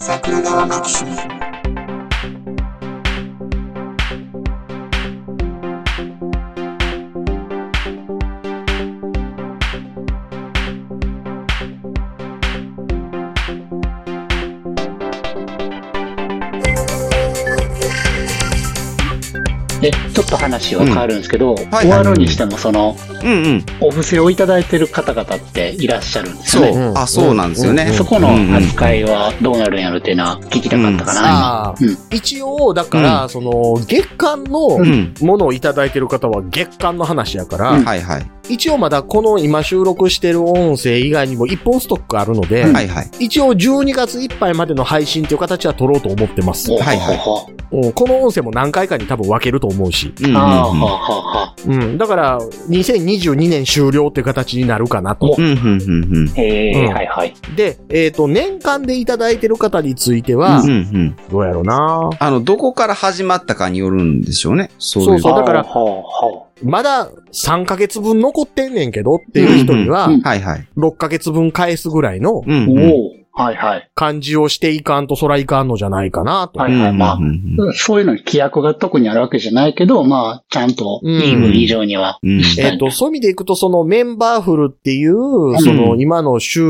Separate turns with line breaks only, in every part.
桜川マキシム
で、ちょっと話は変わるんですけど、
はい
終わるにしても、その、
うんうん。
お布施をいただいてる方々っていらっしゃるんです
そ
よ
う
ね。。
うん
あ、そうなんですよね。
うん
そこの扱いはどうなるんやろっていうのは聞きたかったかな、
ああ
うん
一応、だから、その、月間の
うん。
ものをいただいてる方は月間の話やから、
うん
はいはい。
一応まだこの今収録してる音声以外にも一本ストックあるので、
はいはい。
一応12月いっぱいまでの配信という形は取ろうと思ってます。
今。
はいはい
ほうほうほ
うんこの音声も何回かに多分分けると思うし。
うん
う。
うんうん
ああ、ははは
うん。だから、2022年終了っていう形になるかなと。
うんうんうんうん。
へえ、
うん
はいはい。
で、えっ、と、年間でいただいてる方については、
うんうん。
どうやろうな
あの、どこから始まったかによるんでしょうね。そういう。
そうだから
ほうほ
まだ3ヶ月分残ってんねんけどっていう人には
うんうん、
はいはい。
6ヶ月分返すぐらいの
う
う。
ん
お
うん。
おはいはい。
感じをしていかんとそらいかんのじゃないかなと。
は
う
い
ん
は
う
い。
ん
まあ
う、ん
そういうのに規約が特にあるわけじゃないけど、まあ、ちゃんと、イーブル以上には
うん
し
え
た
っ、
い。
と、そういう意味でいくと、そのメンバーフルっていう、その今の収、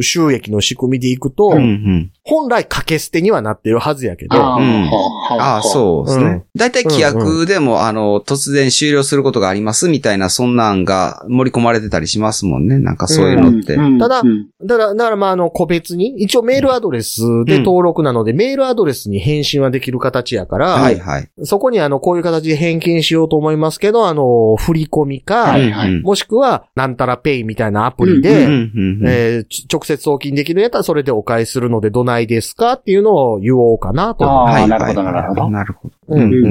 収益の仕組みでいくと、
うんうん。
本来掛け捨てにはなってるはずやけ
あ
ど、
あ、
うん
ほうほう
ああ、そうです
う
ね
ん。
大体規約でも、あの、突然終了することがありますみたいな、そんなんが盛り込まれてたりしますもんね。なんかそういう
うん。
のって。
うん
ただ
うん
だから、だからまあ、あの、個別に、一応メールアドレスで登録なので、メールアドレスに返信はできる形やから、
はいはい。
そこにあの、こういう形で返金しようと思いますけど、あの、振り込みか、
はいはい
うん
もしくは、なんたらペイみたいなアプリ
う
で、
んうんうん。
えーち直接送金できるんやったらそれでお返しするのでどないですかっていうのを言おうかなと。
あ
は
あ、
い
なるほど、なるほど。
なるほど。
うん
うん
うんうんう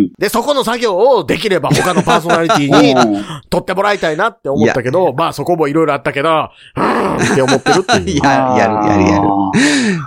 ん
で、そこの作業をできれば他のパーソナリティに取ってもらいたいなって思ったけど、まあそこもいろいろあったけど、うーんって思ってるっていう。
ややるやるやる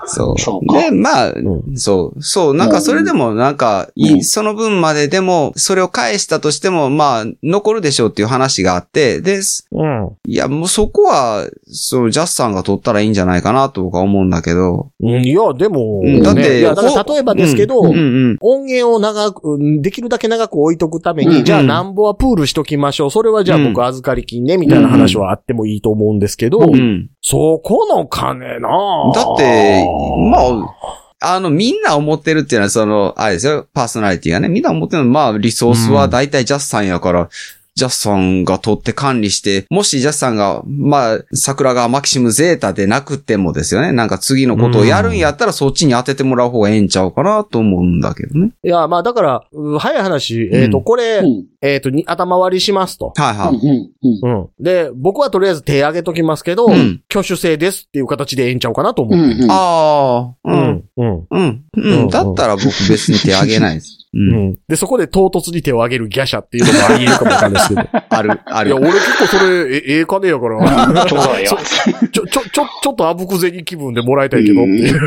そ
そう
う。
か
で、まあ、
う
そう、そう、なんかそれでも、なんか、
う
い
ん
い、その分まででも、それを返したとしても、まあ、残るでしょうっていう話があって、で、す
うん。
いや、もうそこは、そう、ジャスさんが取ったらいいんじゃないかなと僕は思うんだけど。
うんいや、でも、
うんだって
ねいや、だから
お
例えばですけど、
うんうん。
音源を長く、うんできるだけ長く置いとくために、
うん
じゃあなんぼはプールしときましょう。それはじゃあ僕預かり金ね、みたいな話はあってもいいと思うんですけど、
うん。
そこの金なぁ
だって、まあ、あの、みんな思ってるっていうのは、その、あれですよ、パーソナリティがね、みんな思ってるのは、まあ、リソースは大体ジャスさんやから、ジャスさんが取って管理して、もしジャスさんが、まあ、桜川マキシムゼータでなくてもですよね、なんか次のことをやるんやったら、そっちに当ててもらう方がええんちゃうかなと思うんだけどね。
いや、まあだから、う早い話、えっ、と、
うん
これ、
うん
えっ、と、に頭割りしますと。
はいはい。
うんうん
うん。で、僕はとりあえず手上げときますけど、
うん
挙手制ですっていう形でええんちゃうかなと
う
思う。
んうん
ああ、うん、。う
うん。
ん、
う
うんん。だったら僕別に手あげないです。う。
うんん。で、そこで唐突に手を上げるギャシャっていうの もあり得るかもわかんないですけど。
ある、あ
い
る。
や、俺結構それ、え、ええ金や から。
ちょうどええわ
ちょ、ちょ、ちょ、ちょっとあぶく銭気分でもらいたいけどっていう。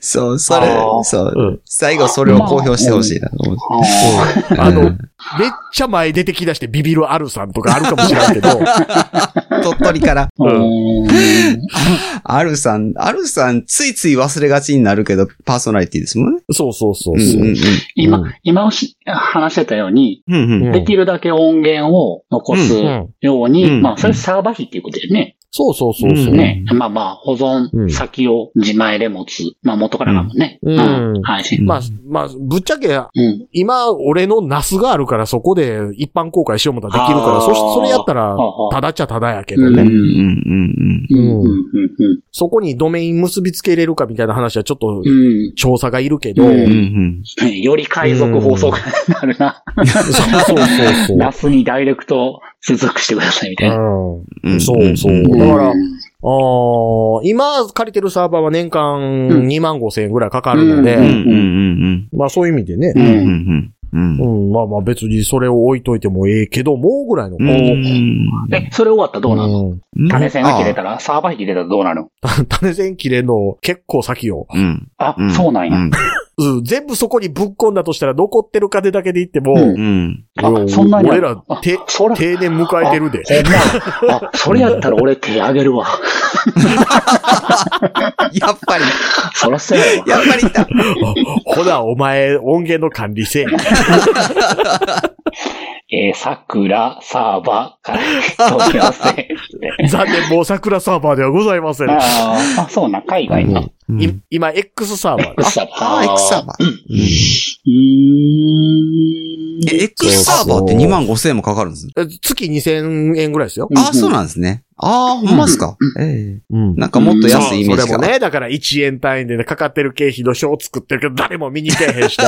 そう、それ
あー、
そう。
うん。
最後それを公表してほしいなと思っ
あ
て。
ー
あの、
う
めっ
ん
ちゃ前出てきだしてビビるあるさんとかあるかもしれんけど、
鳥取から。
う
うん
ん
あるさん、あるさん、ついつい忘れがちになるけど、パーソナリティですもんね。
そうそうそううそう。
んうん
今、
う
今おし話してたように、
うん。うんうん。
できるだけ音源を残す
うん
ように、
うん
まあ、それサーバー費っていうことだよね。
そうそうそうそう。
ね。まあまあ、保
うん
存先を自前で持つ。まあ、元からかもね。
うんうん
はい。
まあ、まあ、ぶっちゃけ、
うん。
今、俺のナスがあるから、そこで一般公開しようもたらできるか
あー
ら、そし、それやったら
は、は
ただっちゃただやけど
うんう
ね。
んうん
うん。
うん
うん。うん
そこにドメイン結びつけれるかみたいな話はちょっ
う、
と
ん。
調査がいるけど、
う
そ
ん
う
う
ん。うんうん。
うん。より海賊放送がなるな。
そうそう
ラスにダイレクト接続してくださいみたいな。
そう。
う
うんん。そうそう。だから、
うん
あー今借りてるサーバーは年間2万5千円ぐらいかかるの
うんう
で、
んうん
まあそういう意味でね
う、
うん。うんんうんうん。
う
うん
ん、まあまあ別にそれを置いといてもええけど、もうぐらいの。
え、それ終わったらどうなるの
の
うん
種線が切れたら、サーバー費切れたらどうなるの
種銭切れんの結構先よ。
あーうん。
あ
う、ん
そうなんや。
ん
うん、全部そこにぶっ込んだとしたら残ってる金だけで言っても、
うん
うん。
あそんなに
俺ら、て、
そら、
定年迎えてるで。
ほんまやあ、それやったら俺手あげるわ。
やっぱり、
そらそうやわ。
やっぱりいた。
ほら、お前、音源の管理せえ。
えー、桜、サーバー から飛びません。
残念、もう桜サーバーではございません。
あーあ、そうなん、海外の。
うん
い今、X サーバーで
エクサバ
あー、X サーバー。
うーん。
え X サーバーって2万5千円もかかるんですね。
え月2000円ぐらいですよ。
あー、そうなんですね。ああ、ほんまっすか。ええなんかもっと安いイメー
そう
ジ
それ
が。
もね、だから1円単位でねかかってる経費の表を作ってるけど、誰も見に行けへんし ね。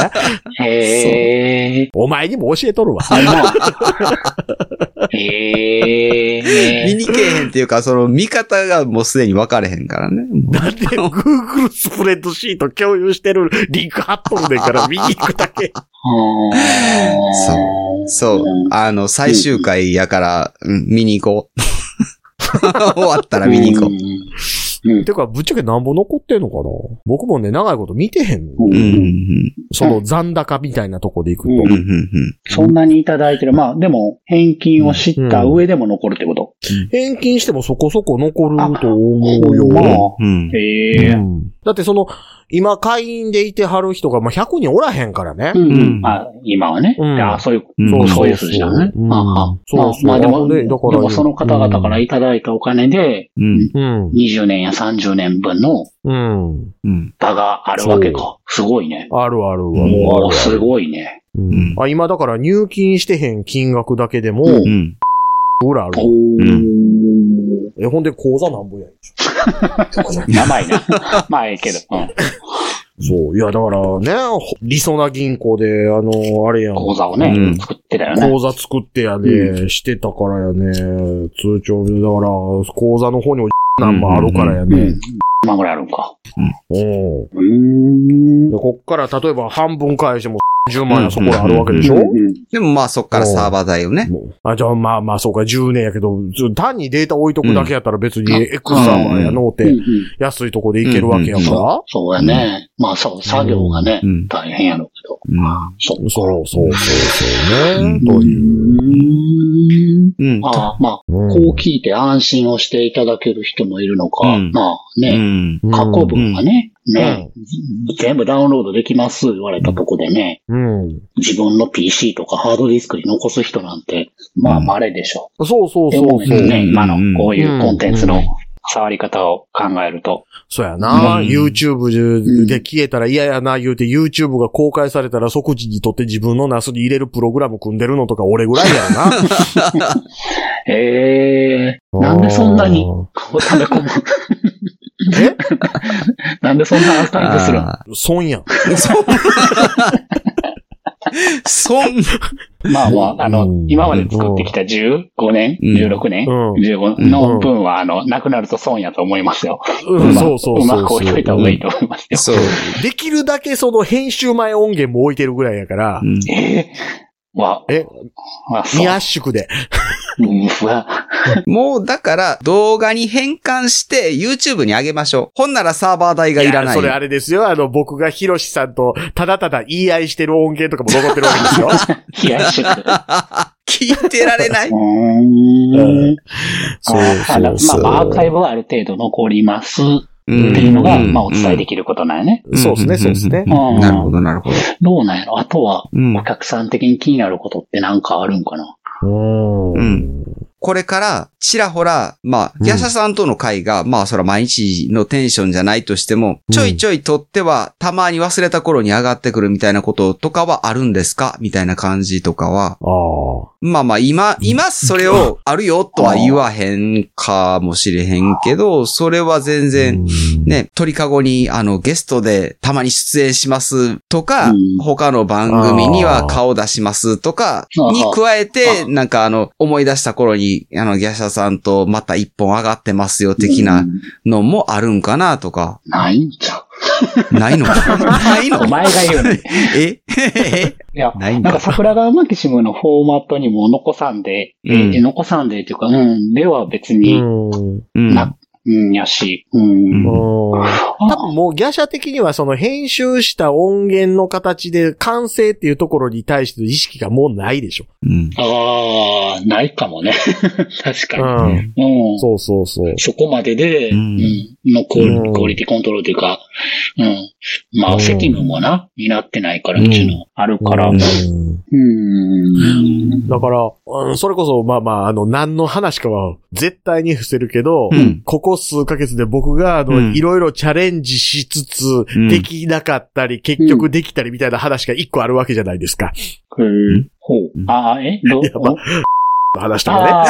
へえ。
お前にも教えとるわ。
あの へ
見
え。
に行けへんっていうか、その見方がもうすでに分かれへんからね。もう
なんで Google スプレッドシート共有してるリンク貼っとるねんから見に行く だけ。
そう。
そう。あの、最終回やから、うん、 見に行こう。終わったら見に行こう。
う。うん。
てか、ぶっちゃけなんぼ残ってんのかな僕もね、長いこと見てへんの。
うん、う
うん
ん、
その残高みたいなとこで行くと
うん、う。ん、
そんなにいただいてる。まあ、でも、返金を知った上でも残るってこと。
返金してもそこそこ残ると思うよ。
ま
うん。うん
あ、へえ。
うんだってその、今会員でいてはる人が、まあ、100人おらへんからね。
うん
うん
あ、今はね。
うん
であ、そういう、
うん
そう
そういう筋だね。
うん
ああ
そうそう
まあまあでも、で
でだから
もその方々からいただいたお金で、
うん、
うん。
20年や30年分の
うん。
うん。
場があるわけか。すごいね。
あるあるある
もう、すごいね。
うんあ、今だから入金してへん金額だけでも、
うん
うん。
ほらある。
おー
え、ほんで口座なんぼやで し
やばい な。まあ、ええけど。うん。
ょ。そう。いや、だからね、ほりそな銀行で、あの、あれやん。
講座をね、
うん
作ってたよね。
口座作ってやで、してたからやね。通帳、だから、口座の方におなんもあるからや
う
ね
ん。。まあ、ぐらいあるんか。
うん。
うーん
で、。こっから例えば半分返しても10万円そこらあるわけでしょ、
うんうん
でもまあそっからサーバー代をね。
もうあ、じゃあまあまあそうか、10年やけど、ず単にデータ置いとくだけやったら別に X サーバーやのう
うんう
て、
ん
安いとこでいけるわけやから。
そうやね。まあ、そう、作業がね
う、ん。
大変やろうけど。
うん
そう。
そうそうそうそう
う
ね。
ん
という。
うーん。
うん。
ああ、まあ、
うん
こう聞いて安心をしていただける人もいるのか。
うん
まあ
う
ね、
ん。
うん
過去分がね、ね、全部ダウンロードできます言われたとこでね、
うん。
自分の PC とかハードディスクに残す人なんて、まあ稀でしょ
そうそう
う。
そうそう。
ね、
うん
今のこういうコンテンツ
う
の
ん
触り方を考えると。
そうやな、
うん
YouTube で消えたら嫌やな言うて YouTube が公開されたら即時にとって自分のナスに入れるプログラム組んでるのとか俺ぐらいやな。
ええなんでそんなにこう溜め込む
え
なんでそんな感じするの
あ
損やん。
ーそん、そん、
まあまあ、あ
うん
の、今まで作ってきた15年、
うん
16年、
うん
15の分は、あの、なくなると損やと思いますよ。
うん、そうそうそうそう。
うまく置いといた方がいいと思いますよ。
そう。
できるだけその編集前音源も置いてるぐらいやから
う、ん
えー、わ、
え、
わ、そう
未。圧縮で。
うん、わ、
もうだから動画に変換して YouTube に上げましょう。ほんならサーバー代がいらない。
やそれあれですよ、あの、僕がヒロシさんとただただ言い合いしてる音源とかも残ってるわけですよ。
冷やし中華。
聞いてられないう
ーん。
そう
ああの
そう
まあ、アーカイブはある程度残りますっ
っ
て
て
いうのが、まあ、お伝えできることなんやね。
うん
そうですね、そうですね。
うん
なるほど、なるほど。
どうなんやろあとは、
うん
お客さん的に気になることってなんかあるんかな
うんこれから、ちらほら、まあ、
うん
ヤシャさんとの会が、まあ、そら毎日のテンションじゃないとしても、ちょいちょい撮っては、たまに忘れた頃に上がってくるみたいなこととかはあるんですかみたいな感じとかは、
あ
まあまあ、今、今それをあるよとは言わへんかもしれへんけど、それは全然、ね、鳥かごに、あの、ゲストでたまに出演しますとか、
うん
他の番組には顔出しますとか、
あー
に加えて、
あ
なんかあの、思い出した頃に、あの、ギャシャさんとまた一本上がってますよ、的
う
なんのもあるんかな、と か。
ないんちゃ。
ないのないうの
お前が言うのに。い
え
や、
ないん
なんか
だ。
桜川マキシムのフォーマットにも残さんで、
うん
え残さんでっていうか、うん、では別
う
に
ん。
うん。
なうん、やし。うん。
うん
うん多
あ
分もう、ギャシャ的にはその編集した音源の形で完成っていうところに対しての意識がもうないでしょ。
うん。
あー、ないかもね。 確
う
か
ん。
に。うん。
そうそうそう。
そこまでで、
う
うんん、のクオリ
うん
クオリティコントロールというか、うん。ま
う
あ、
ん
責務もな、担ってないから、
う
うんちの、あるから。う
うん
ん。
だから、うんそれこそ、まあまあ、あの、何の話かは絶対に伏せるけど、
うん
ここ数ヶ月で僕が、あ
うん
の、いろいろチャレンジしつつ、
ん
できなかったり、結局できたりみたいな話が一個あるわけじゃないですか。
くほう
う。ん
ああ、えどう
やば話とかね。
あー
あ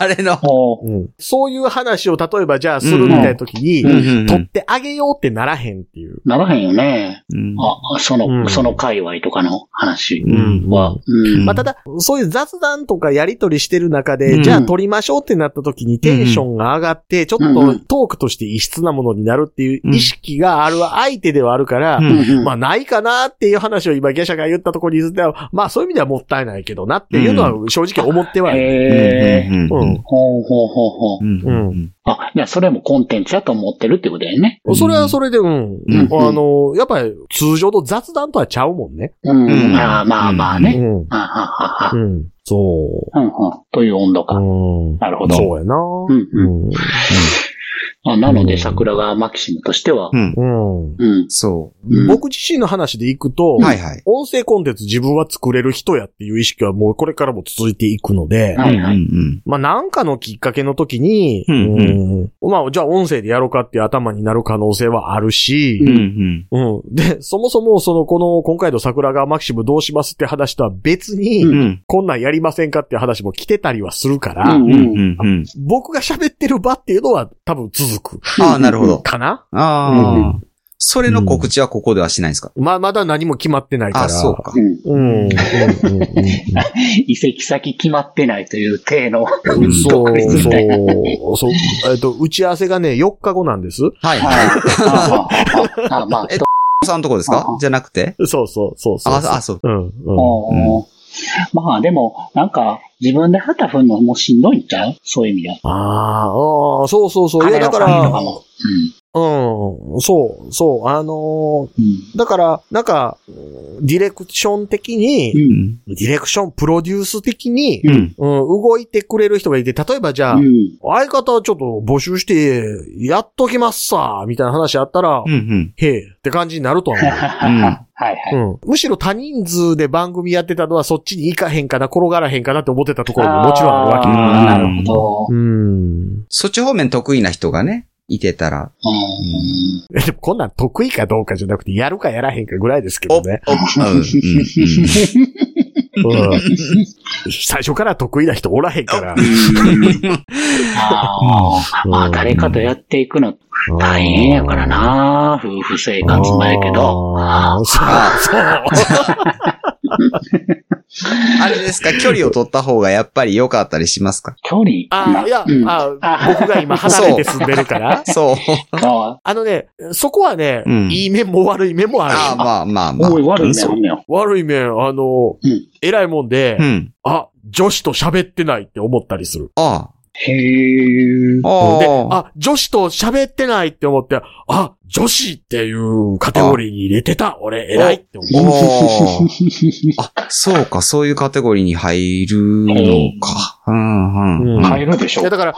あ、あれの。
あ、ほう。
うんそういう話を例えばじゃあするみたいな時に、
うんうんう
取っ
ん
てあげようってならへんっていう。
ならへんよね。
うん
あ、そ
うん
の、その界隈とかの話
うん
は。うん。
まあ、ただ、そういう雑談とかやりとりしてる中
う
で、
ん
じゃあ撮りましょうってなった時にテンションが上がって、ちょ
う
っ
んう
と
ん
トークとして異質なものになるっていう意識がある相手ではあるから
う、ん
うん
まあないかなっていう話を今、ゲシャが言ったところに言っては、まあそういう意味ではもったいないけどなっていうのは正直思ってはいる。
へえ。
うん
う
うん
ん。
ほうほうほうほう
う。んうん
あ、じゃあそれもコンテンツやと思ってるってことだよね。
それはそれで、うん。
うん
あの、やっぱり通常の雑談とはちゃうもんね。
うん。
うん
ああ、まあまあ
う
ね。
ん。
ああ、ああ、あ
うん。そ
あ。うん、うん。という温度
う。
か。
うん。
なるほど。
そうやな。
うん、うん。
ん。
あなので、桜川マキシムとしては
う、ん。
うん。
うん。
そ
うん
僕自身の話でいくと、
う。はいはい。
音声コンテンツ自分は作れる人やっていう意識はもうこれからも続いていくので、
はいはい
うん
まあなんかのきっかけの時に、
うんう
うんまあじゃあ音声でやろうかっていう頭になる可能性はあるし、
うん。うんうん。
うん。で、そもそも、その、この、今回の桜川マキシムどうしますって話とは別に、
うん。
こんなんやりませんかっていう話も来てたりはするから、
うん
うんうんうん。
僕が喋ってる場っていうのは多分続く。
ああ、なるほど。
かな
ああ。それの告知はここではしないんですか
まあ、まだ何も決まってないから。
あ、そうか
う。ん。
うん。うん。うん。
移籍先決まってないという体の、
うんそ
独立
う、
みたいな。
そう、そう、えっと、打ち合わせがね、4日後なんです。
はいはい。
はいああああああ、まあ、
え
と
さんのとこですかじゃなくて
そうそう、そうそう。
あ、あ、そう。
うん、うん。
うんまあでも、なんか、自分で旗振るのもしんどいんちゃうそういう意味では。
あーあー、そうそうそう。いや、だか
金の管
ら、
理とかも。うん。
うん、そう、そう、あのー
うん
だから、なんか、うんディレクション的
う
に、
ん。
ディレクション、プロデュース的に、
うん。
うん、動いてくれる人がいて、例えばじゃあ、
うん。
相方ちょっと募集して、やっときますさ、みたいな話あったら、
うんうん。
へえ、って感じになるとは思う。
はいはい。
うん、むしろ多人数で番組やってたのはそっちに行かへんかな、転がらへんかなって思ってたところももちろんあるわけ。
あーなるほど。
うん。
そっち方面得意な人がね、いてたら。
うん。
えでもこんなん得意かどうかじゃなくて、やるかやらへんかぐらいですけどね。うん、最初から得意な人おらへんから。
あーまあ、誰かとやっていくの大変やからな。夫婦生活もやけど。
あー。そう、そう。
あれですか、距離を取った方がやっぱり良かったりしますか
距離
あーいや、
うん
あー僕が今離れて住んでるから。
そう。
あ
あのね、そこはね、
うん
いい面も悪い面もある。
ああ、まあまあまあ。
おい、悪いね、
そ
ほ。
うん
ねよ。
悪い面、あの、
うん
偉いもんで、
うん。
あ、女子と喋ってないって思ったりする。
あ
へえ。
あ。
で、
ああ。
あ、女子と喋ってないって思って、あ、女子っていうカテゴリーに入れてた、俺、偉いって思う。
おあ、そうか、そういうカテゴリーに入るのか。うんうん。
入るでし
い
ょ
や、。だから、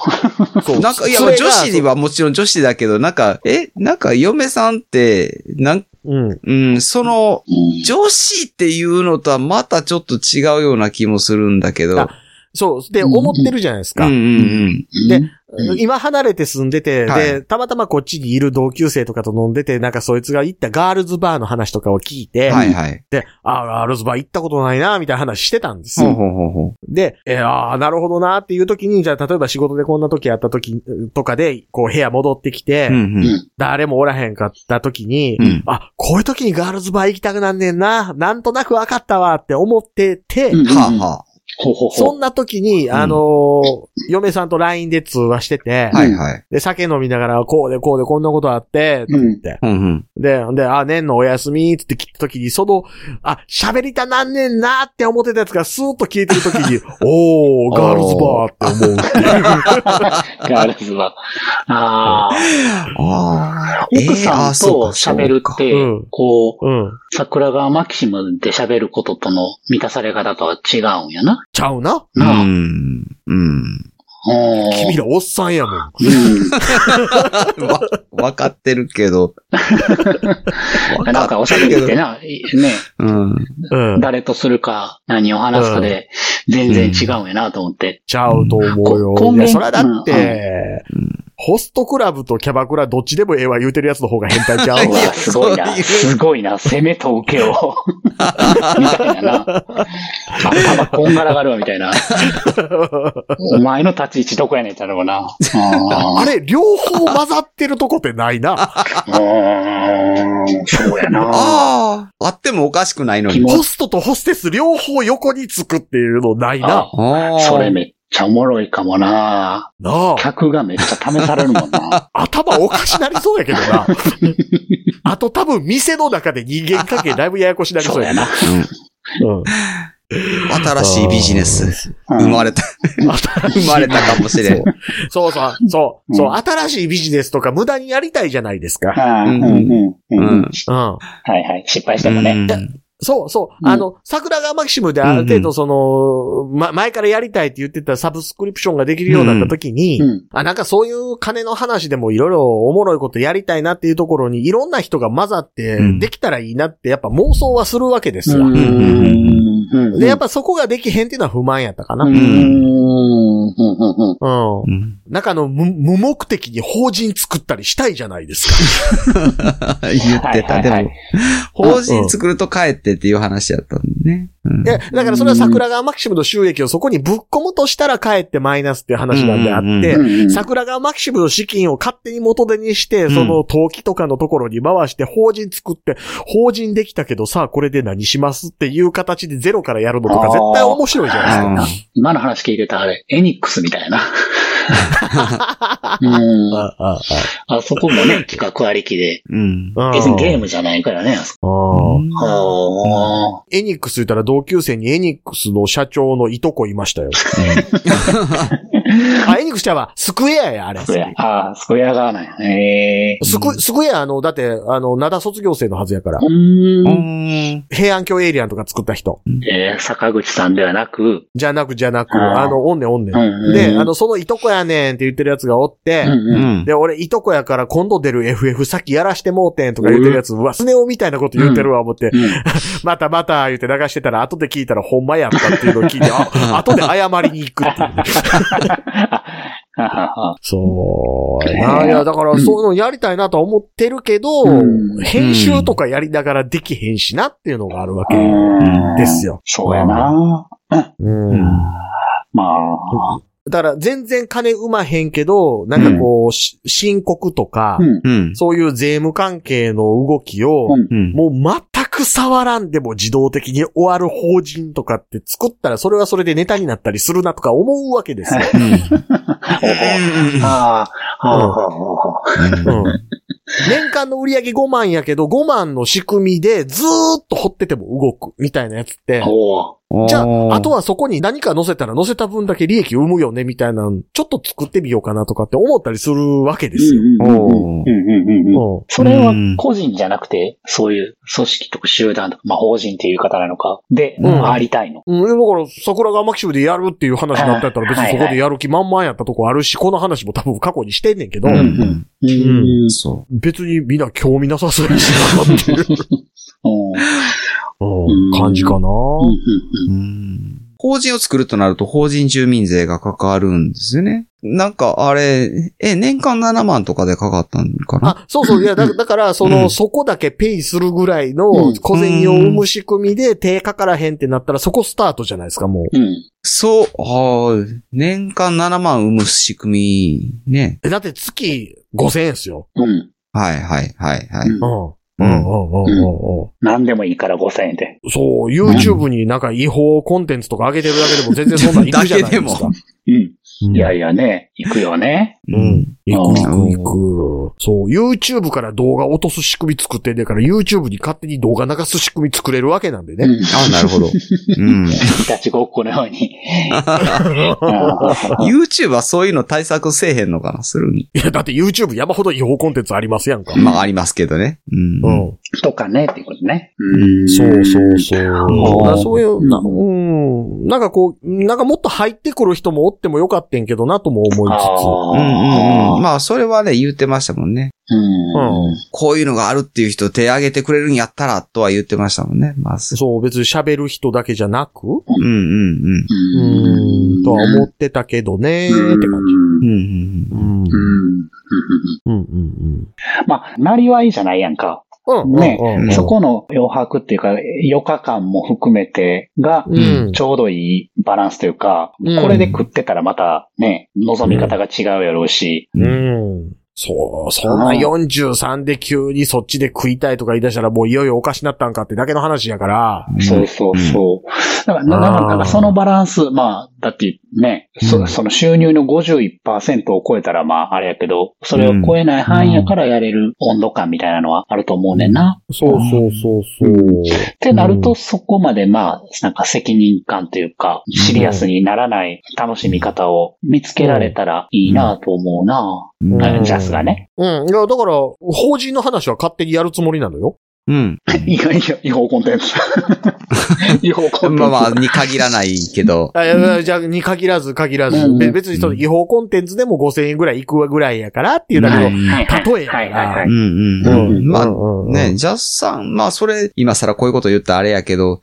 そ う。
なんか、いや、
それ
女
が
子に、はもちろん女子だけど、なんか、え、なんか、嫁さんって、なん、
そううん。
うん、その、
うん
女子っていうのとはまたちょっと違うような気もするんだけど。
あそう、で、
うん
思ってるじゃないです
うん
か。
うん
で
うんうん
今離れて住んでて、
はい
で、たまたまこっちにいる同級生とかと飲んでて、なんかそいつが行ったガールズバーの話とかを聞いて、
うん。はいはい。
で、あーガールズバー行ったことないな、みたいな話してたんです
ほう
よ。
ほうほうほう。
で、えーああ、なるほどな、っていう時に、じゃあ、例えば仕事でこんな時やった時とかで、こう部屋戻ってきて、
うんうん。
誰もおらへんかった時に、
うん
あ、こういう時にガールズバー行きたくなんねんな、なんとなくわかったわって思ってて、
うん
はあは
ほうほうほ
そ。
うん
な時に、
ん
あのー嫁さんと LINE で通話してて、
はいはい。
で、酒飲みながら、こうでこうでこんなことあって、
うん。
うんうん。
で、ほんで、あ、年のお休み、つって切った時に、その、あ、喋りたなんねんなって思ってたやつがスーッと消えてる時 に、おー、ガールズバーって思うっていう。
ガールズは。 ああ。
ああ。
奥さんと喋るっ
えーあーそうかそうか
て
うん、
こう、
うん。
桜川マキシムで喋ることとの満たされ方とは違うんやな。
ちゃうな
う
なあ。
ん。うん。
うん
君らおっさんやもん。
うん。
わ、わかってるけど。わ
なんかおしゃべりって な、いね、
うん。
うん。
誰とするか、何を話すかで、全然違うんやなと思って。
ちゃうと思うよ。
こ
いや、
こん
それはだっ
うん
て、ホストクラブとキャバクラどっちでもええわ言うてるやつの方が変態ちゃう
う
わ
わ。すごいな
そうい。う
すごいな。攻めと受け を。みたいなな。頭こんがらがるわ、み たいな。お前の立ち位置どこやねんってなる わな。
あれ、両方混ざってるとこってないな。
うん。うんそうやな。
ああ。あってもおかしくないのに。
ホストとホステス両方横につくっていうのないな。
ああ。
それめっちゃおもろいかもな。
なあ。
客がめっちゃ試されるもんな。
頭おかしなりそうやけどな。あと多分店の中で人間関係だいぶややこしなりそ
そうう
や
や
な。
な。
新しいビジネス。
うん
生まれた、
うんあた
生まれたかもしれん。
そうそう、そう、そうう、
ん
新しいビジネスとか無駄にやりたいじゃないですか。
ああうんうんう
うん
うん
ん。
うん。
はいはい。失敗してもね。
そうそうう。
ん
あの、桜川マキシムである程度その、ま、前からやりたいって言ってたサブスクリプションができるようになった時に、
うん。
あ、なんかそういう金の話でもいろいろおもろいことやりたいなっていうところにいろんな人が混ざって
うん
できたらいいなってやっぱ妄想はするわけですわ。
うん
で、やっぱそこができへんっていうのは不満やったかな。
う
うんん。
うんうんうん。
うん。
中の無無目的に法人作ったりしたいじゃないですか。
言ってた。で
はいはいはい
も、法人作ると帰ってっていう話やったんでね。うん
いや、だからそれは桜川マキシムの収益をそこにぶっ込むとしたら帰ってマイナスっていう話なんであっ
うんうん
て
う、
うんうん
桜川マキシムの資金を勝手に元手にして、
ん
その投機とかのところに回して、法人作って、法人できたけどさあ、これで何しますっていう形でゼロからやるのとか
あー
絶対面白いじゃないですか。
今の話聞いてたあれ、エニックスみたいな。うん
ああ、
あそこもね、企画ありきで。
うん。
あ
別にゲームじゃないからね。あそこ
ム。
あ
エニックス言ったら同級生にエニックスの社長のいとこいましたよ。 あ、エニックスちゃんはスクエアや、あれ。
ースクエア。ああ、スクエア側なんや。ええ。
スク、スクエア、あの、だって、あの、灘卒業生のはずやから
う。ーん。
ん。
平安京エイリアンとか作った人。
えー、坂口さんではなく、
じゃなく、じゃなく、
あー
あの、おんねんおんね。
うんんうん
で、あ、の、そのいとこやねんって言ってるやつがおって
うん、
う
うん。
ん。
で、俺、いとこやから今度出る FF さっきやらしてもうてんとか言ってるやつ、うわ、スネ夫みたいなこと言ってるわ、思って、
うん
またまた言って流してたら、後で聞いたらほんまやったっていうのを聞いて、あ、後で謝りに行くっていう。
あ
そう
やない
や、だから、そういうのやりたいなとは思ってるけど、
うん
編集とかやりながらできへんしなっていうのがあるわけ
ー
ですよ。
そうやな。
うん。
ま
だから、全然金うまへんけど、なんかこう、し申告とか
あ。う、ん。
うん。
そういう税務関係の動きを、
うん
うん。
もう全く触らんでも自動的に終わる法人とかって作ったらそれはそれでネタになったりするなとか思うわけですよ。
うん
ああ、
うん
はあはあはあはあ。
うん、年間の売り上げ5万やけど5万の仕組みでずーっと掘ってても動くみたいなやつって。
お
じゃあ、あと
は、
はそこに何か載せたら載せた分だけ利益生むよねみたいなのちょっと作ってみようかなとかって思ったりするわけですよ。
おー
よ。
うん
それは個人じゃなくて、そういう組織とか集団とか、まあ法人っていう言い方なのか、で、
うん
ありたいの。
うん、だから、桜川マキシムでやるっていう話になったやったら別にそこでやる気満々やったとこあるし、この話も多分過去にしてんねんけど、
うん
うん
うん。そ
別にみんな興味なさそうやしなっていう、
ん
感じかな、
う。うん。法人を作るとなると法人住民税がかかるんですよね。なんかあれ、え、年間7万とかでかかったんかな
あ、そうそう。いや、だだから、その、
うん
そこだけペイするぐらいうの
ん
小銭を生む仕組みで手かからへんってなったら、そこスタートじゃないですか、も
う
う。
ん。
そう、ああ、年間7万生む仕組み、ね。
えだって月5000円っすよ。
うん。
はいはいはいはい。
うん。うんうん
う
うんうんうん。
何でもいいから5000円で。
そう、YouTube になんか違法コンテンツとか上げてるだけでも全然そんなん行くじゃないですか。
うん。
うん
いやいやね、行くよね。
う。
うんん。行く行く行く。そう、YouTube から動画落とす仕組み作ってんだから、YouTube に勝手に動画流す仕組み作れるわけなんで
う
ね。
ん。
あ、なるほど。うん。
いたちごっこのように。うん
YouTube はそういうの対策せえへんのかなするん
いや、だって YouTube 山ほど違法コンテンツありますやんか。
まあ、ありますけどね。うん。
うん。
とかね、っていうことね。
そうそうそう。だからそういう、な
う
うん。なんかこう、なんかもっと入ってくる人もおってもよかったんけどなとも思いつ
うんうんうん。まあ、それはね、言ってましたもんね。
うん。うん。
こういうのがあるっていう人手挙げてくれるんやったら、とは言ってましたもんね。まあ、
つ。そう、別に喋る人だけじゃなく、
うんうん
うーん、とは思ってたけどね、って感
う
じ。
ん。うんうんう
う
ん。
ん。うん
うんうん。
うんうん
まあ、なりはいいじゃないやんか。
うん。
ね
うん
そ、この余白っていうか、余暇感も含めてが、
うん
ちょうどいいバランスというか、
うん
これで食ってたらまたね、望み方が違うやろうし、
うん。そう、そんな43で急にそっちで食いたいとか言い出したらもういよいよおかしなったんかってだけの話やから。
そうそうそう。だから、なな
あー
なんかそのバランス、まあ、だってね、そ
うん
その収入の51%を超えたらまあ、あれやけど、それを超えない範囲やからやれる温度感みたいなのはあると思うねんな。
そうそうそうそう。
ってなると、そこまでまあ、なんか責任感というか、シリアスにならない楽しみ方を見つけられたらいいなと思うな、
うん
うん
あジャスがね。
うん。いや、だから、法人の話は勝手にやるつもりなのよ。
うん。
いやいや、違法コンテンツ。違法コンテンツ。
まあまあ、に限らないけど。
あいやいやじゃあ、に限らず、限らず。
うん
べ別にその違法コンテンツでも5000円ぐらいいくわぐらいやからっていうだけ
は
の
いはいはい
例えやな
はいはいは
う
い。
んうん。
うん
まあ
うんうん
ね、ジャスさん、まあそれ、今更こういうこと言ったらあれやけど、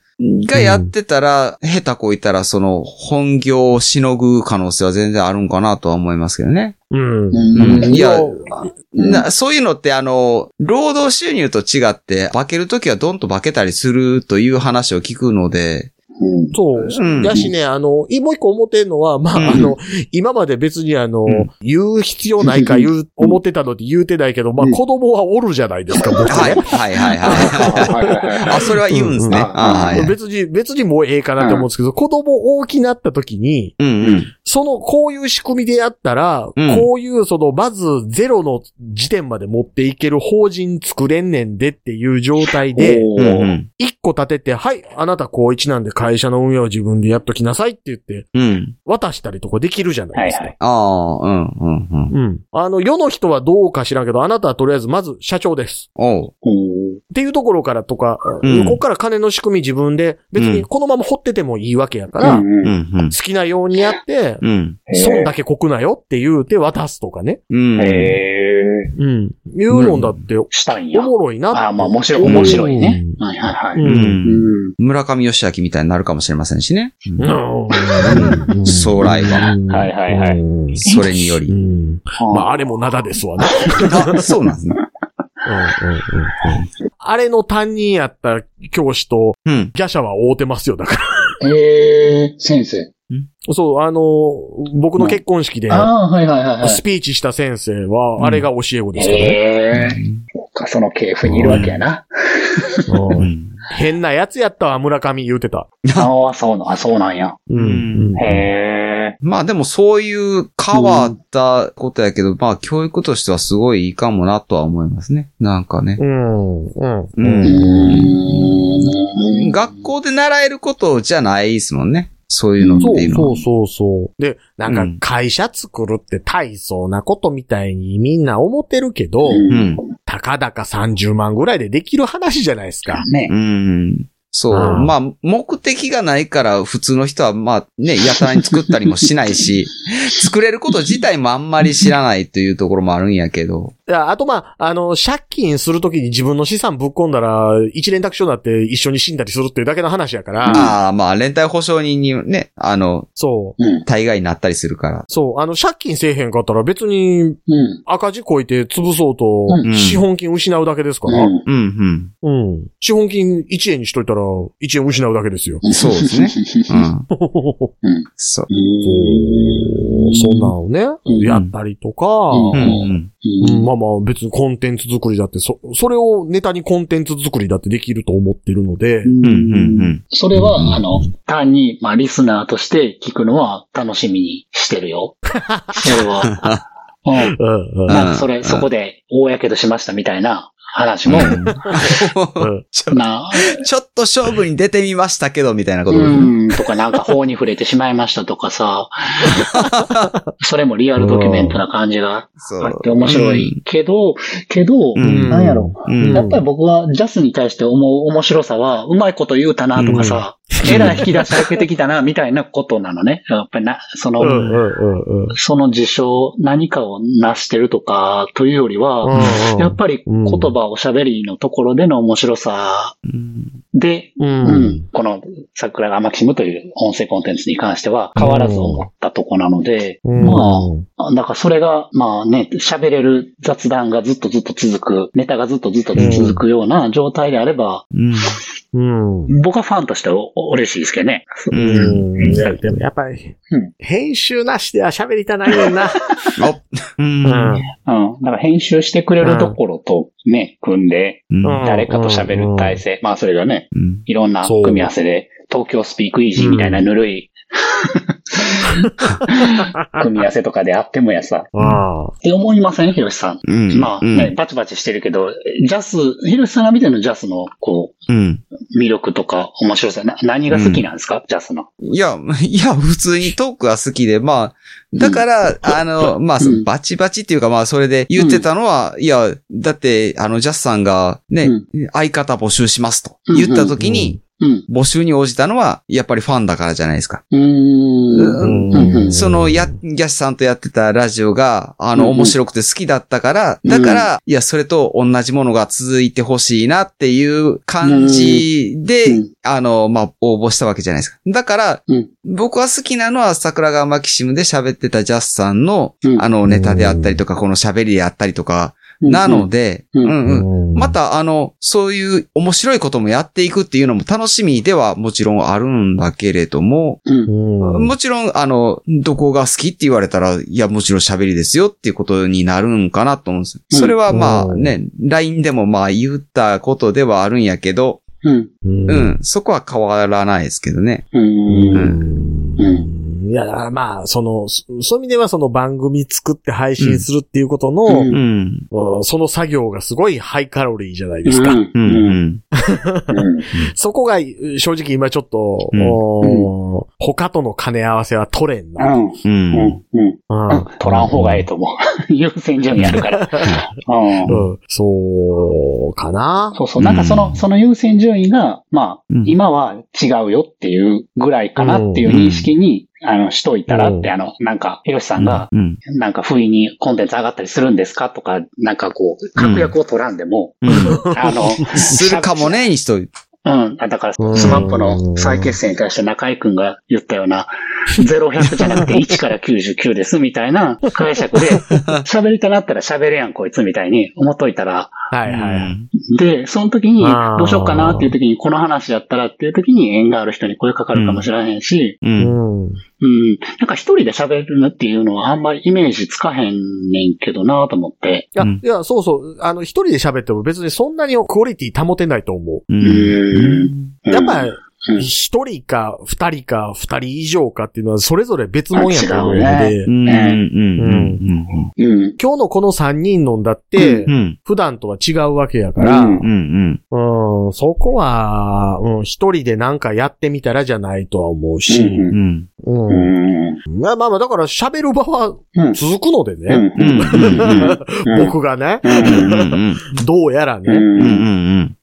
がやってたら、下手こいたら、その、本業をしのぐ可能性は全然あるんかなとは思いますけどね。
うん。
うん
うん
いや、
うん
なそういうのって、あの、労働収入と違って、化けるときはドンと化けたりするという話を聞くので、
うん
そう。
うん
やしね、あの、いもう一個思ってんのは、まあ、
うん
あの、今まで別にあの、
うん
言う必要ないか言う、思ってたのに言うてないけど、まあ、
うん
子供はおるじゃないですか、僕
はい、
ね。
はい、はい、
は
はい。
いはい はいは
あ、
い
それは言うんですね。
うん
あはい。
別に、別にもうええかなって思うんですけど、子供大きなった時に、
うんうん。
その、こういう仕組みでやったら、
うん
こういう、その、まず、ゼロの時点まで持っていける法人作れんねんでっていう状態で、
お
う
ー
んうん。
一個立てて、はい、あなた高一なんで会社の運営を自分でやっときなさいって言って、
うん。
渡したりとかできるじゃない
は
で
い
すか。
はい。
ああ、うん、うん、うん。
うん。あの、世の人はどうか知らんけど、あなたはとりあえず、まず社長です。
おう。
おー
っていうところからとか、
うん
ここから金の仕組み自分で、別
う
に
ん
このまま掘っててもいいわけやから、
うんうん
うん、うん
好きなようにやって、
うん。
損だけこくなよって言うて渡すとかね。
うん。
へえ。
うん。いうのだって、お
したんや。
もろいなって。
ああ、まあ面白い、
うん
面白いね。はいはいは
う。
い。
うんん。
う
村上義明みたいになるかもしれませんしね。うん
うん。
将来は
うん
はいはいはい
うん
それによ
う
り。
ん。
ん。
まあ、あれも灘ですわね。
あ、そうなんですね。
あれの担任やった教師と、
うん。
ギャシャは会うてますよ、だから
へえ、先生。
そう、あの、僕の結婚式で、
ああ、はいはいはいはい。
スピーチした先生
うん
は、あれが教え子ですからね。
へえ。そっか、その系譜にいるわけやな。
う
うん
ん
変なやつやったわ、村上言うてた。
ああ、そうな、あそうなんや。
うんん。
へえ。
まあでもそういう変わったことやけど、まあ教育としてはすごいいいかもなとは思いますね。なんかね。
うん。うん。
う
うー
ん。
ん。
学校で習えることじゃないですもんね。そういうのっ
そう
ていうの
そ
は
うそうそう。で、なん
う
か
ん
会社作るって大層なことみたいにみんな思ってるけど、
う
うん。
たかだか30万ぐらいでできる話じゃないですか。
ね
う。ん。そう。
うん
まあ、目的がないから、普通の人は、まあね、やたらに作ったりもしない し、作れること自体もあんまり知らないというところもあるんやけど。
いやあとまあ、あの、借金するときに自分の資産ぶっ込んだら、一連託所になって一緒に死んだりするっていうだけの話やから、
ああ、まあ、連帯保証人にね、あの、
そう。
うん。
対外になったりするから。
そう、あの、借金せえへんかったら別に
うん。
赤字こいて潰そうと
う、
ん
資本金失うだけですから、うん。
う
うん、
資本金1円にしといたら、1円失うだけですよ。
うん。そうですね。うん。そう。
ん。
そんなのね、
うん
やったりとか、
う
うんん、うん。
うん
うん。
まあ、まあ別にコンテンツ作りだって、そ、それをネタにコンテンツ作りだってできると思ってるので、
うん、うん、うん。
それは、あの、単に、まあ、リスナーとして聞くのは楽しみにしてる よ。それは。うん。
うん、うん。
まあ、それ、そこで、大やけどしましたみたいな話も、
うん
ちょ
な、
ちょっと勝負に出てみましたけど、みたいなこと。
うん、とかなんか法に触れてしまいましたとか さ、それもリアルドキュメントな感じが
そ
あ
う
って。面白いけど、けど、
うん
なんやろ。
うん
やっぱり僕はジャスに対して思う面白さは、うまいこと言うたなとかさ、エラー引き出し開けてきたな、みたいなことなのね。やっぱりな、その、
うん、うん、うん、うん。
その事象、何かを成してるとか、というよりは、やっぱり言葉、おしゃべりのところでの面白さ
うん
で、
う
うんん。この桜がマキシムという音声コンテンツに関しては変わらず思ったとこなので、
うん。
まあ、だからそれが、まあね、喋れる雑談がずっとずっと続く、ネタがずっとずっと続くような状態であれば、
うん。
うん。
僕はファンとしては嬉しいですけどね。
うん。いやでもやっぱり
うん、
編集なしでは喋りたないもんな。
う。
うん
うん。
ん。
だから編集してくれるところとね、組んで、
うん
誰かと喋る体制、まあそれがね、
うん。
いろんな
そう
組み合わせで、東京スピークイージーみたいなぬるい、 組み合わせとかであってもやさ。
ああ。
って思いませんひろしさん。
うん。
まあ、ね、バチバチしてるけど、ジャス、ひろしさんが見てのジャスの、こ
うん。
う、魅力とか面白さ、な何が好きなんですか、ジャスの。
いや、いや、普通にトークは好きで、まあ、だから、あの、まあ、そ
うん
バチバチっていうか、まあ、それで言ってたのは、いや、だって、あの、ジャスさんが、ね、
うん
相方募集しますと
うん
言った時に、
うん。
募集に応じたのは、やっぱりファンだからじゃないですか。
うーん。うん
その、や、ギャスさんとやってたラジオが、あ
うん
の、
うん
面白くて好きだったから、だから、いや、それと同じものが続いてほしいなっていう感じ
う
で
ん、
あの、まあ、応募したわけじゃないですか。だから
うん、
僕は好きなのは桜川マキシムで喋ってたジャスさんの
う、ん
あの、ネタであったりとか、この喋りであったりとか、なので、
う
うんん
う
うん。ま
た、
た、あの、そういう面白いこともやっていくっていうのも楽しみではもちろんあるんだけれども、
うん。
うん
もちろん、あの、どこが好きって言われたら、いや、もちろん喋りですよっていうことになるんかなと思うんですよ。それはまあ
うん
ね、LINE でもまあ言ったことではあるんやけど、
うん。
う。ん、そこは変わらないですけどね。
うん。うん。
うんいや、だからまあ、その、そそういう意味ではその番組作って配信するっていうこと
う
の
ん、
うん。
うんその作業がすごいハイカロリーじゃないですか。
う。
うんん。
そこが正直今ちょっと、
うん
おー他との兼ね合わせは取れんな。
う
うん。
ん。
うん。
うん
取らん方がええと思 う。優先順位あるから。うん。
うんそう、かな。
そうそう。なんかその、
うん
その優先順位が、まあ、
うん
今は違うよっていうぐらいかなっていう認識に、あの、しといたらって、
う
あの、なんか、ひろしさんが、
うん。
なんか、不意にコンテンツ上がったりするんですかとか、なんかこう、確約を取らんでも、
うん。
あの、
するかもね、にしといて。
うん。だから、スマップの再結成に対して中井くんが言ったような、0100じゃなくて1から99ですみたいな解釈で、喋りたなったら喋れやんこいつみたいに思っといたら、
はいはいはい。
で、その時に、
あー
どうしようかなっていう時に、この話やったらっていう時に縁がある人に声かかるかもしれへんし、
う。
うんん。
うん、なんか一人で喋るっていうのはあんまりイメージつかへんねんけどなと思って。
いや、
うん
いや、そうそう。あの、一人で喋っても別にそんなにクオリティ保てないと思
う。
うんん。
う。やっぱ、
うん
一人か二人か二人以上かっていうのはそれぞれ別もんやと思うの
あ違
で
う、ん。うん。
うん。
今日のこの三人飲んだって
う、ん。
普段とは違うわけやか
う
ら、
ん
うん。
うん、そこは、うん、一人でなんかやってみたらじゃないとは思う
う
し、
ん。
うん。
うん
うん。うん。
まあまあまあ、だから喋る場は
うん。
続くので
う
ね、
ん。うん。
僕がね、
うん。
どうやらね、
うん。う
うん。
ん。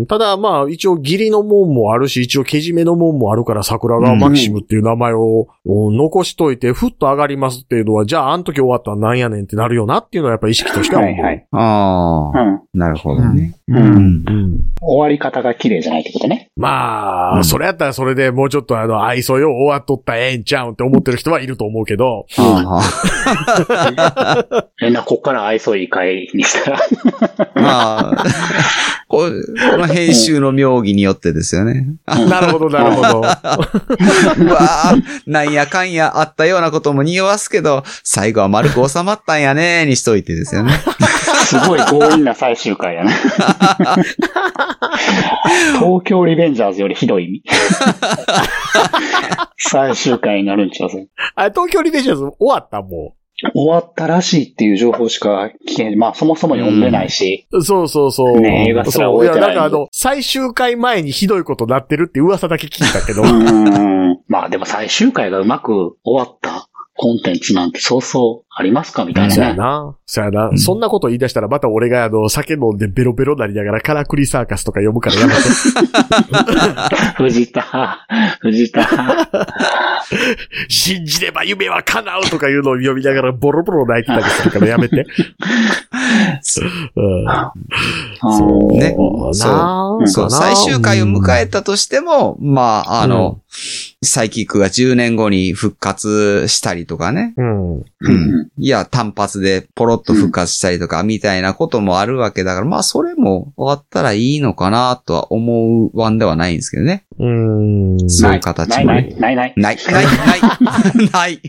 うん、ただまあ、一応義理の門もあるし、一応けじめの門もあるから、桜川マキシムっていう名前を、うん残しといて、ふっと上がりますっていうのは、じゃああの時終わったらなんやねんってなるよなっていうのはやっぱ意識としては
は
思う。
いはい。
あ
う
あ、
ん。
なるほどね。
う。
うんん。
うん
終わり方が綺麗じゃないってことね。
まあ、
うん
それやったらそれでもうちょっとあの、愛想よ、終わっとったらええんちゃうんって思ってる人はいると思う けど、
ああ。
え、な、こっから愛想いい会にしたら。
まあ、ここの編集の妙義によってですよね。
なるほど、なるほど。
うわあ、なんやかんやあったようなことも匂わすけど、最後は丸く収まったんやねにしといてですよね。
すごい強引な最終回やね。 東京リベンジャーズよりひどい。最終回になるんちゃうぞ
あ東京リベンジャーズ終わった、も
終わったらしいっていう情報しか聞けん。まあ、そもそも読んでないし。
う。そうそうそう。
ね映画すら
そう。
終え
いや、
てな
ないんかあの、最終回前にひどいことなってるって噂だけ聞いたけ ど
う。ん。まあ、でも最終回がうまく終わったコンテンツなんてそうそうありますかみたい
そうや
なね。
な。そうやな。
ん
そんなこと言い出したらまた俺があの、酒飲んでベロベロなりながらカラクリサーカスとか読むから やめて。
藤田、藤田。
信じれば夢は叶うとかいうのを読みながらボロボロ泣いてたりするからやめ て。うん。
う
ね
そう
そ
な
そう、
かな
最終回を迎えたとしても、まあ、あの、サイキックが10年後に復活したりとかね。
うん。
うん
いや、単発でポロッと復活したりとか、みたいなこともあるわけだから、まあ、それも終わったらいいのかなとは思うわんではないんですけどね。
うん。
そういう形
ない
も
な
ね。
い、ないない。
ない、ない、 ない、ない、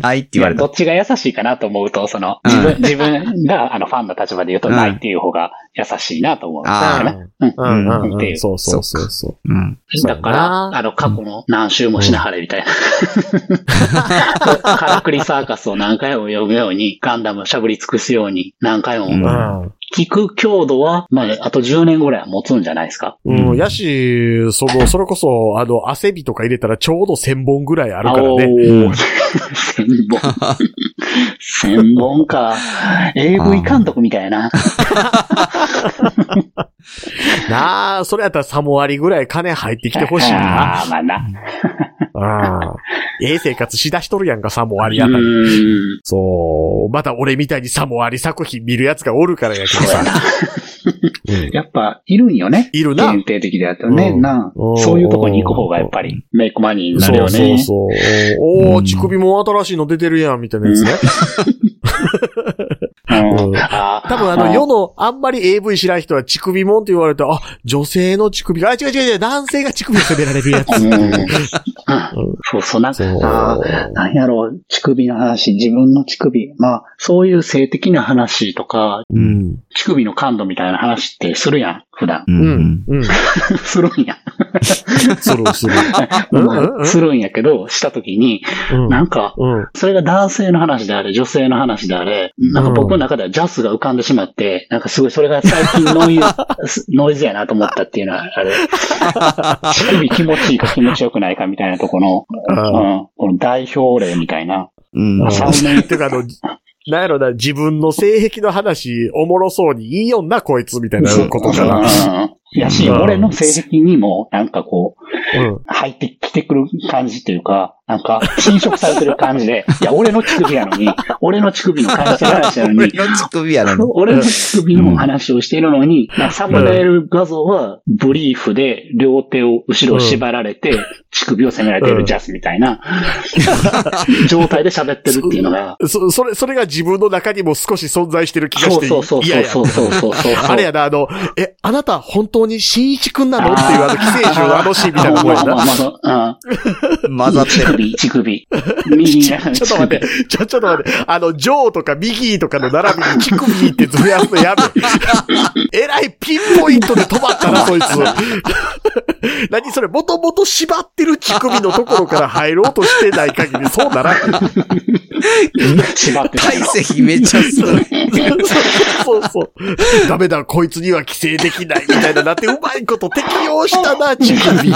ないって言われ
ど
た。
っちが優しいかなと思うと、その、
うん
自分、自分が、あの、ファンの立場で言うと、
うん
ないっていう方が優しいなと思うんですよね。
うんうんうん
っていう
うんそうそうそうそう。
うん。
だか
そうや
ら、
な
あの、過去の何周もしなは れみたいな。カラクリサーカスを何回も読むように、ガンダムをしゃぶり尽くすように、何回
う
も
ん
聞く強度は、まあ、あと10年ぐらいは持つんじゃないですか。
うん。うん。やし、その、それこそ、あの、汗火とか入れたらちょうど1000本ぐらいあ
あ
るからね。
おー千本。千本か。AV 監督みたいな。
なあ、それやったら3割ぐらい金入ってきてほしいな。
ああー、まあな。
うん。ええ生活しだしとるやんか、3割あ
う
たり。
ーん。
そう。また俺みたいに3割作品見るやつがおるからやけどさ。うん
やっぱ、いるんよね。
いるな。
限定的であったね。
うん
なあ
うん
そういうとこに行く方がやっぱり、メイクマニーになるよ
そう
ね。
そうそう。おーお
う
ー、
ん
乳首も新しいの出てるやん、みたいなやつね。
うん
うん
あー
多分あ
あ
の、
ー
世のあんまり AV 知らん人は乳首もんって言われたら、あ、女性の乳首、あ、違う違う違う、男性が乳首を責められるやつ。
うんそうそう、なんか
そう。、
あーなんやろう、乳首の話、自分の乳首。まあ、そういう性的な話とか、
うん。
乳首の感度みたいな話ってするやん、普段。
う
うん
ん。。
うん。
するんや。
するする。うんうんうん
するんやけど、したときに、
うん。
なんか、
うん。
それが男性の話であれ、女性の話であれ、なんか僕の中ではジャスが浮かんでしまって、なんかすごいそれが最近ノイズ、 ノイズやなと思ったっていうのは、あ れ、乳首気持ちいいか気持ちよくないかみたいなとこの、
あ
うん、この代表例みたいな、
うん。
そ
3
ーてかあの、なんやろな、自分の性癖の話、おもろそうにいいよんな、こいつ、みたい なことかな。
うんやし、
うん
俺の性癖にも、なんかこう、
うん。
入ってきてくる感じというか、なんか、侵食されてる感じで、いや、俺の乳首やのに、俺の乳首の感じの話なの
俺
に、
の乳首やな。
俺の乳首の話をしてるのに、なんかサムネイル画像は、ブリーフで、両手を後ろ縛られて、乳首を責められて
う
る
ん
ジャスみたいな、状態で喋ってるっていうのが、
そ、それ、それが自分の中にも少し存在してる気がし
そう
て、
そうそう
嫌
そう
や。
そうそうそうそう。
あれやな、あの、え、あなた本当に新一くんなのっていうあの、寄生獣のあのシーンみたいなもんや
まあまあ
な。
まあまあうん
混ざって
乳
る。
首、乳首。右
ちょっと待って、ちょ、ちょっと待って、あの、ジョーとかミギーとかの並びにチクビーってずらすのやめ。えらいピンポイントで止まったな、そいつ。何それ、もともと縛ってる乳首のところから入ろうとしてない限り、そうならん。
縛ってた
体
よ
積めっちゃすごい。
そうそうそう。ダメだ、こいつには規制できないみたいななって、うまいこと適用したな、乳首ってい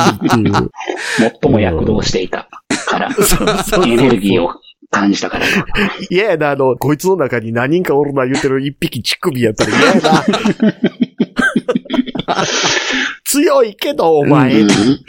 う。
最も躍動していたから、エネルギーを感じたから。
嫌やな、あの、こいつの中に何人かおるな言うてる一匹乳首やったら嫌やな。強いけど、お前。
うん